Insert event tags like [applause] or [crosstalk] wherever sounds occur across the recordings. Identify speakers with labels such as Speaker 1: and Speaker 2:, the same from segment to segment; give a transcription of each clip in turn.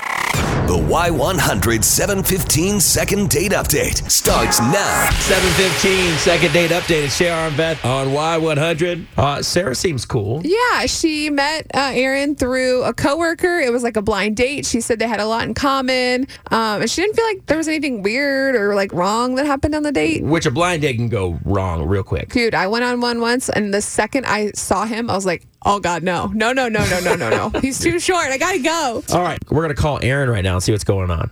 Speaker 1: The Y100 715 second date update starts now.
Speaker 2: 715, second date update. It's Sarah and Beth on Y100. Uh, Sarah seems cool.
Speaker 3: Yeah, she met uh, Aaron through a coworker. It was like a blind date. She said they had a lot in common, um, and she didn't feel like there was anything weird or like wrong that happened on the date.
Speaker 2: Which a blind date can go wrong real quick.
Speaker 3: Dude, I went on one once, and the second I saw him, I was like, "Oh God, no, no, no, no, no, no, no,
Speaker 2: [laughs]
Speaker 3: no! He's too short. I gotta go."
Speaker 2: All right, we're going to call Aaron right now and see what's going on.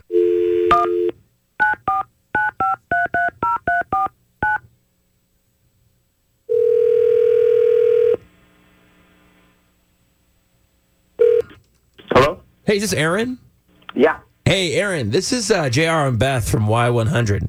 Speaker 4: Hello?
Speaker 2: Hey, is this Aaron?
Speaker 4: Yeah.
Speaker 2: Hey, Aaron, this is uh, JR and Beth from Y100.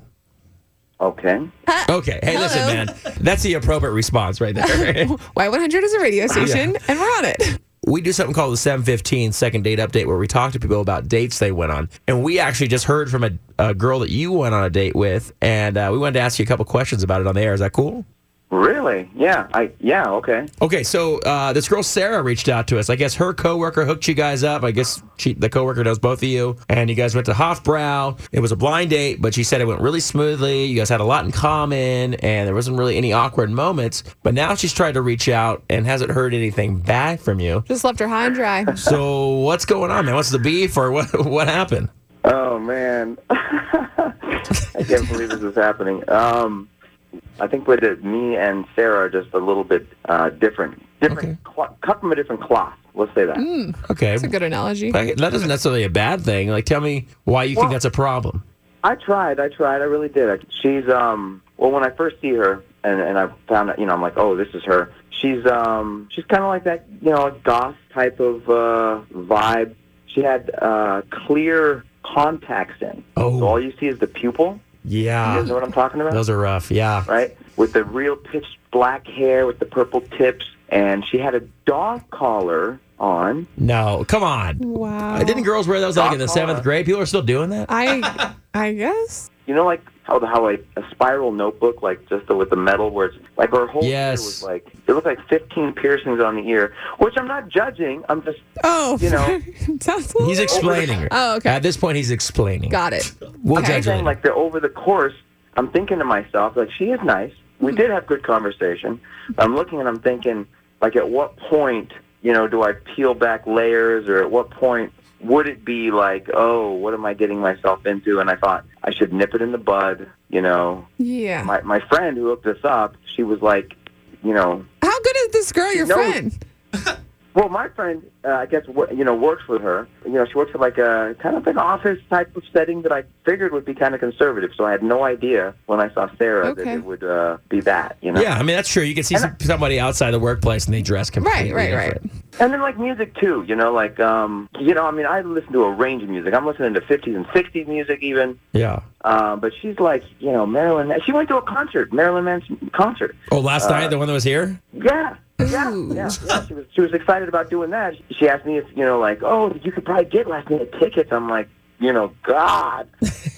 Speaker 4: Okay.
Speaker 2: Okay. Hey, listen, man. That's the appropriate response right there.
Speaker 3: Y100 is a radio station, and we're on it.
Speaker 2: we do something called the 715 second date update where we talk to people about dates they went on and we actually just heard from a, a girl that you went on a date with and uh, we wanted to ask you a couple questions about it on the air is that cool
Speaker 4: Really? Yeah. I yeah, okay.
Speaker 2: okay so uh, this girl sarah reached out to us i guess her coworker hooked you guys up i guess she, the coworker knows both of you and you guys went to hofbrow it was a blind date but she said it went really smoothly you guys had a lot in common and there wasn't really any awkward moments but now she's tried to reach out and hasn't heard anything back from you
Speaker 3: Just left her high and dry.
Speaker 2: So what's going on, man? What's the beef, or what? [laughs] What happened?
Speaker 4: Oh man. [laughs] I can't believe this is happening. Um I think with it, me and Sarah are just a little bit uh, different. Different clo- cut from a different cloth. Let's say that.
Speaker 2: Okay,
Speaker 3: That's a good analogy.
Speaker 2: Like, that isn't necessarily a bad thing. Like, tell me why you think
Speaker 4: Well-
Speaker 2: that's a problem.
Speaker 4: I tried. I tried. I really did. I- She's um. Well, when I first see her, and and I found out, you know, I'm like, oh, this is her. She's um. She's kind of like that, you know, goth type of uh, vibe. She had uh, clear contacts in.
Speaker 2: Oh.
Speaker 4: So all you see is the pupil. You guys know
Speaker 2: Yeah,
Speaker 4: what I'm talking about?
Speaker 2: those are rough. Yeah,
Speaker 4: right? With the real pitched black hair with the purple tips, and she had a dog collar on.
Speaker 2: no, come on.
Speaker 3: Wow.
Speaker 2: Didn't girls wear those like in the
Speaker 4: Doc
Speaker 2: seventh
Speaker 4: Hart.
Speaker 2: grade? People are still doing that. [laughs]
Speaker 3: I I guess.
Speaker 4: You know, like how the, how a, a spiral notebook, like just the, with the metal, where it's like her whole
Speaker 2: Yes.
Speaker 4: ear was like it looked like 15 piercings on the ear, which I'm not judging. I'm just
Speaker 3: Oh,
Speaker 4: You
Speaker 3: [laughs]
Speaker 4: know.
Speaker 3: sounds a little-
Speaker 2: He's explaining.
Speaker 3: Oh, okay.
Speaker 2: At this point, he's explaining.
Speaker 3: got it.
Speaker 2: We'll
Speaker 3: Okay.
Speaker 2: judge
Speaker 4: saying
Speaker 2: later.
Speaker 4: like the over the course. I'm thinking to myself like she is nice. We did have good conversation. I'm looking and I'm thinking like at what point you know do I peel back layers or at what point would it be like oh what am I getting myself into? And I thought I should nip it in the bud. You know
Speaker 3: Yeah.
Speaker 4: my my friend who hooked us up she was like you know
Speaker 3: How good is this girl, your
Speaker 4: No.
Speaker 3: friend?
Speaker 4: Well, my friend, uh, I guess, wo- you know, works with her. You know, she works at like a kind of an office type of setting that I figured would be kind of conservative. So I had no idea when I saw Sarah that
Speaker 3: Okay.
Speaker 4: it would uh, be that, you know.
Speaker 2: Yeah, I mean that's true. You can see some, somebody outside the workplace and they dress completely
Speaker 3: Right, right, right.
Speaker 2: different.
Speaker 4: And then like music too, you know, like, um, you know, I mean, I listen to a range of music. I'm listening to 50s and 60s music even.
Speaker 2: Yeah.
Speaker 4: Uh, but she's like, you know, Marilyn. She went to a concert, Marilyn Manson concert.
Speaker 2: Oh, last
Speaker 4: Uh,
Speaker 2: night the one that was here.
Speaker 4: Yeah. Yeah,
Speaker 3: Ooh.
Speaker 4: yeah, yeah. She was she was excited about doing that. She asked me if you know, like, oh, you could probably get last minute tickets. I'm like, you know,
Speaker 3: [laughs]
Speaker 4: God,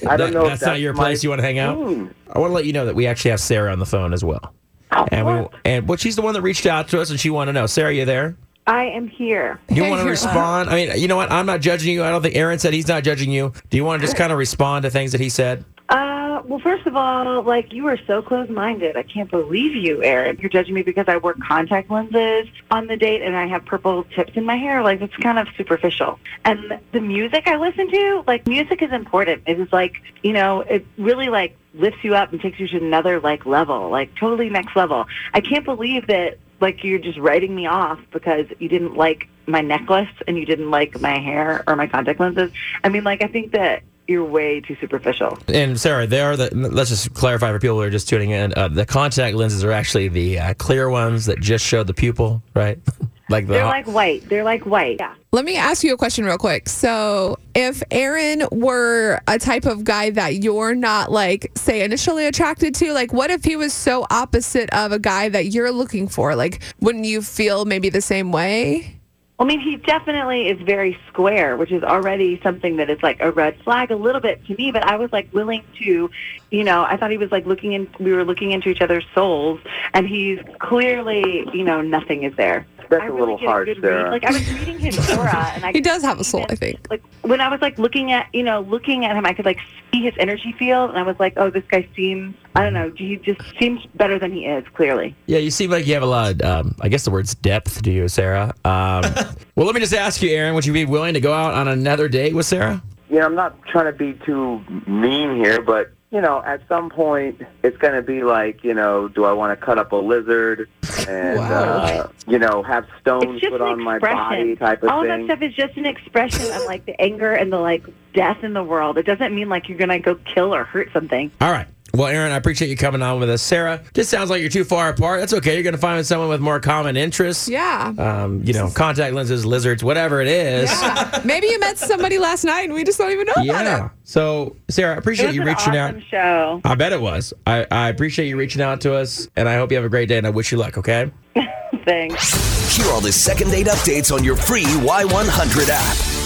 Speaker 4: I don't
Speaker 2: That-
Speaker 4: know.
Speaker 2: that's
Speaker 4: if
Speaker 2: not your place you wanna hang out? I want to let you know that we actually have Sarah on the phone as well. And
Speaker 4: Oh, what?
Speaker 2: we and well, she's the one that reached out to us, and she wanted to know. Sarah, you there?
Speaker 5: I am here.
Speaker 2: Do you
Speaker 3: Hey,
Speaker 2: want to
Speaker 3: you're
Speaker 2: respond? I mean, you know what? I'm not judging you. I don't think Aaron said he's not judging you. Do you want to
Speaker 3: [laughs]
Speaker 2: just kind of respond to things that he said?
Speaker 5: Uh, well, first of all, like you are so close-minded. I can't believe you, Aaron. You're judging me because I wear contact lenses on the date and I have purple tips in my hair. Like it's kind of superficial. And the music I listen to, like music is important. It is like you know, it really like lifts you up and takes you to another like level, like totally next level. I can't believe that like you're just writing me off because you didn't like my necklace and you didn't like my hair or my contact lenses. I mean, like I think that you're way too superficial.
Speaker 2: And Sarah, they are the. Let's just clarify for people who are just tuning in. Uh, the contact lenses are actually the uh, clear ones that just show the pupil, right? [laughs] like the.
Speaker 5: They're like white. They're like white. Yeah.
Speaker 3: Let me ask you a question real quick. So, if Aaron were a type of guy that you're not like, say, initially attracted to, like, what if he was so opposite of a guy that you're looking for? Like, wouldn't you feel maybe the same way?
Speaker 5: I mean, he definitely is very square, which is already something that is like a red flag a little bit to me. But I was like willing to, you know, I thought he was like looking in. We were looking into each other's souls, and he's clearly, you know, nothing is there.
Speaker 4: That's
Speaker 5: I
Speaker 4: a
Speaker 5: really
Speaker 4: little
Speaker 5: get
Speaker 4: hard,
Speaker 5: good
Speaker 4: Sarah.
Speaker 5: read. Like I was
Speaker 3: [laughs]
Speaker 5: reading his aura, and I
Speaker 3: He does have a
Speaker 5: could
Speaker 3: soul,
Speaker 5: even-
Speaker 3: I think.
Speaker 5: Like when I was like looking at, you know, looking at him, I could like see his energy field, and I was like, oh, this guy seems, I don't know, he just seems better than he is. Clearly,
Speaker 2: Yeah, you seem like you have a lot of, um, I guess the word's depth to you, Sarah.
Speaker 5: [laughs]
Speaker 2: Um, well, let me just ask you, Aaron, would you be willing to go out on another date with Sarah?
Speaker 4: you know, I'm not trying to be too mean here, but you know, at some point, it's going to be like, you know, do I want to cut up
Speaker 3: [laughs]
Speaker 4: a lizard and uh,
Speaker 3: Wow.
Speaker 4: you know have stones
Speaker 5: it's just
Speaker 4: put
Speaker 5: an
Speaker 4: on my
Speaker 5: expression.
Speaker 4: body type of
Speaker 5: All
Speaker 4: thing?
Speaker 5: that stuff is just an expression of like the anger and the like death in the world. It doesn't mean like you're gonna go kill or hurt something.
Speaker 2: All right. Well, Aaron, I appreciate you coming on with us. Sarah, just sounds like you're too far apart. That's okay. You're going to find someone with more common interests.
Speaker 3: Yeah.
Speaker 2: Um, you know, contact lenses, lizards, whatever it is.
Speaker 3: Yeah. Maybe you met somebody last night and we just don't even know about
Speaker 2: Yeah.
Speaker 3: it.
Speaker 2: So, Sarah, I
Speaker 5: It
Speaker 2: appreciate
Speaker 5: was
Speaker 2: you
Speaker 5: an
Speaker 2: reaching
Speaker 5: awesome
Speaker 2: out.
Speaker 5: show.
Speaker 2: I bet it was. I, I appreciate you reaching out to us, and I hope you have a great day, and I wish you luck, okay?
Speaker 5: Thanks.
Speaker 1: Hear all the second date updates on your free Y100 app.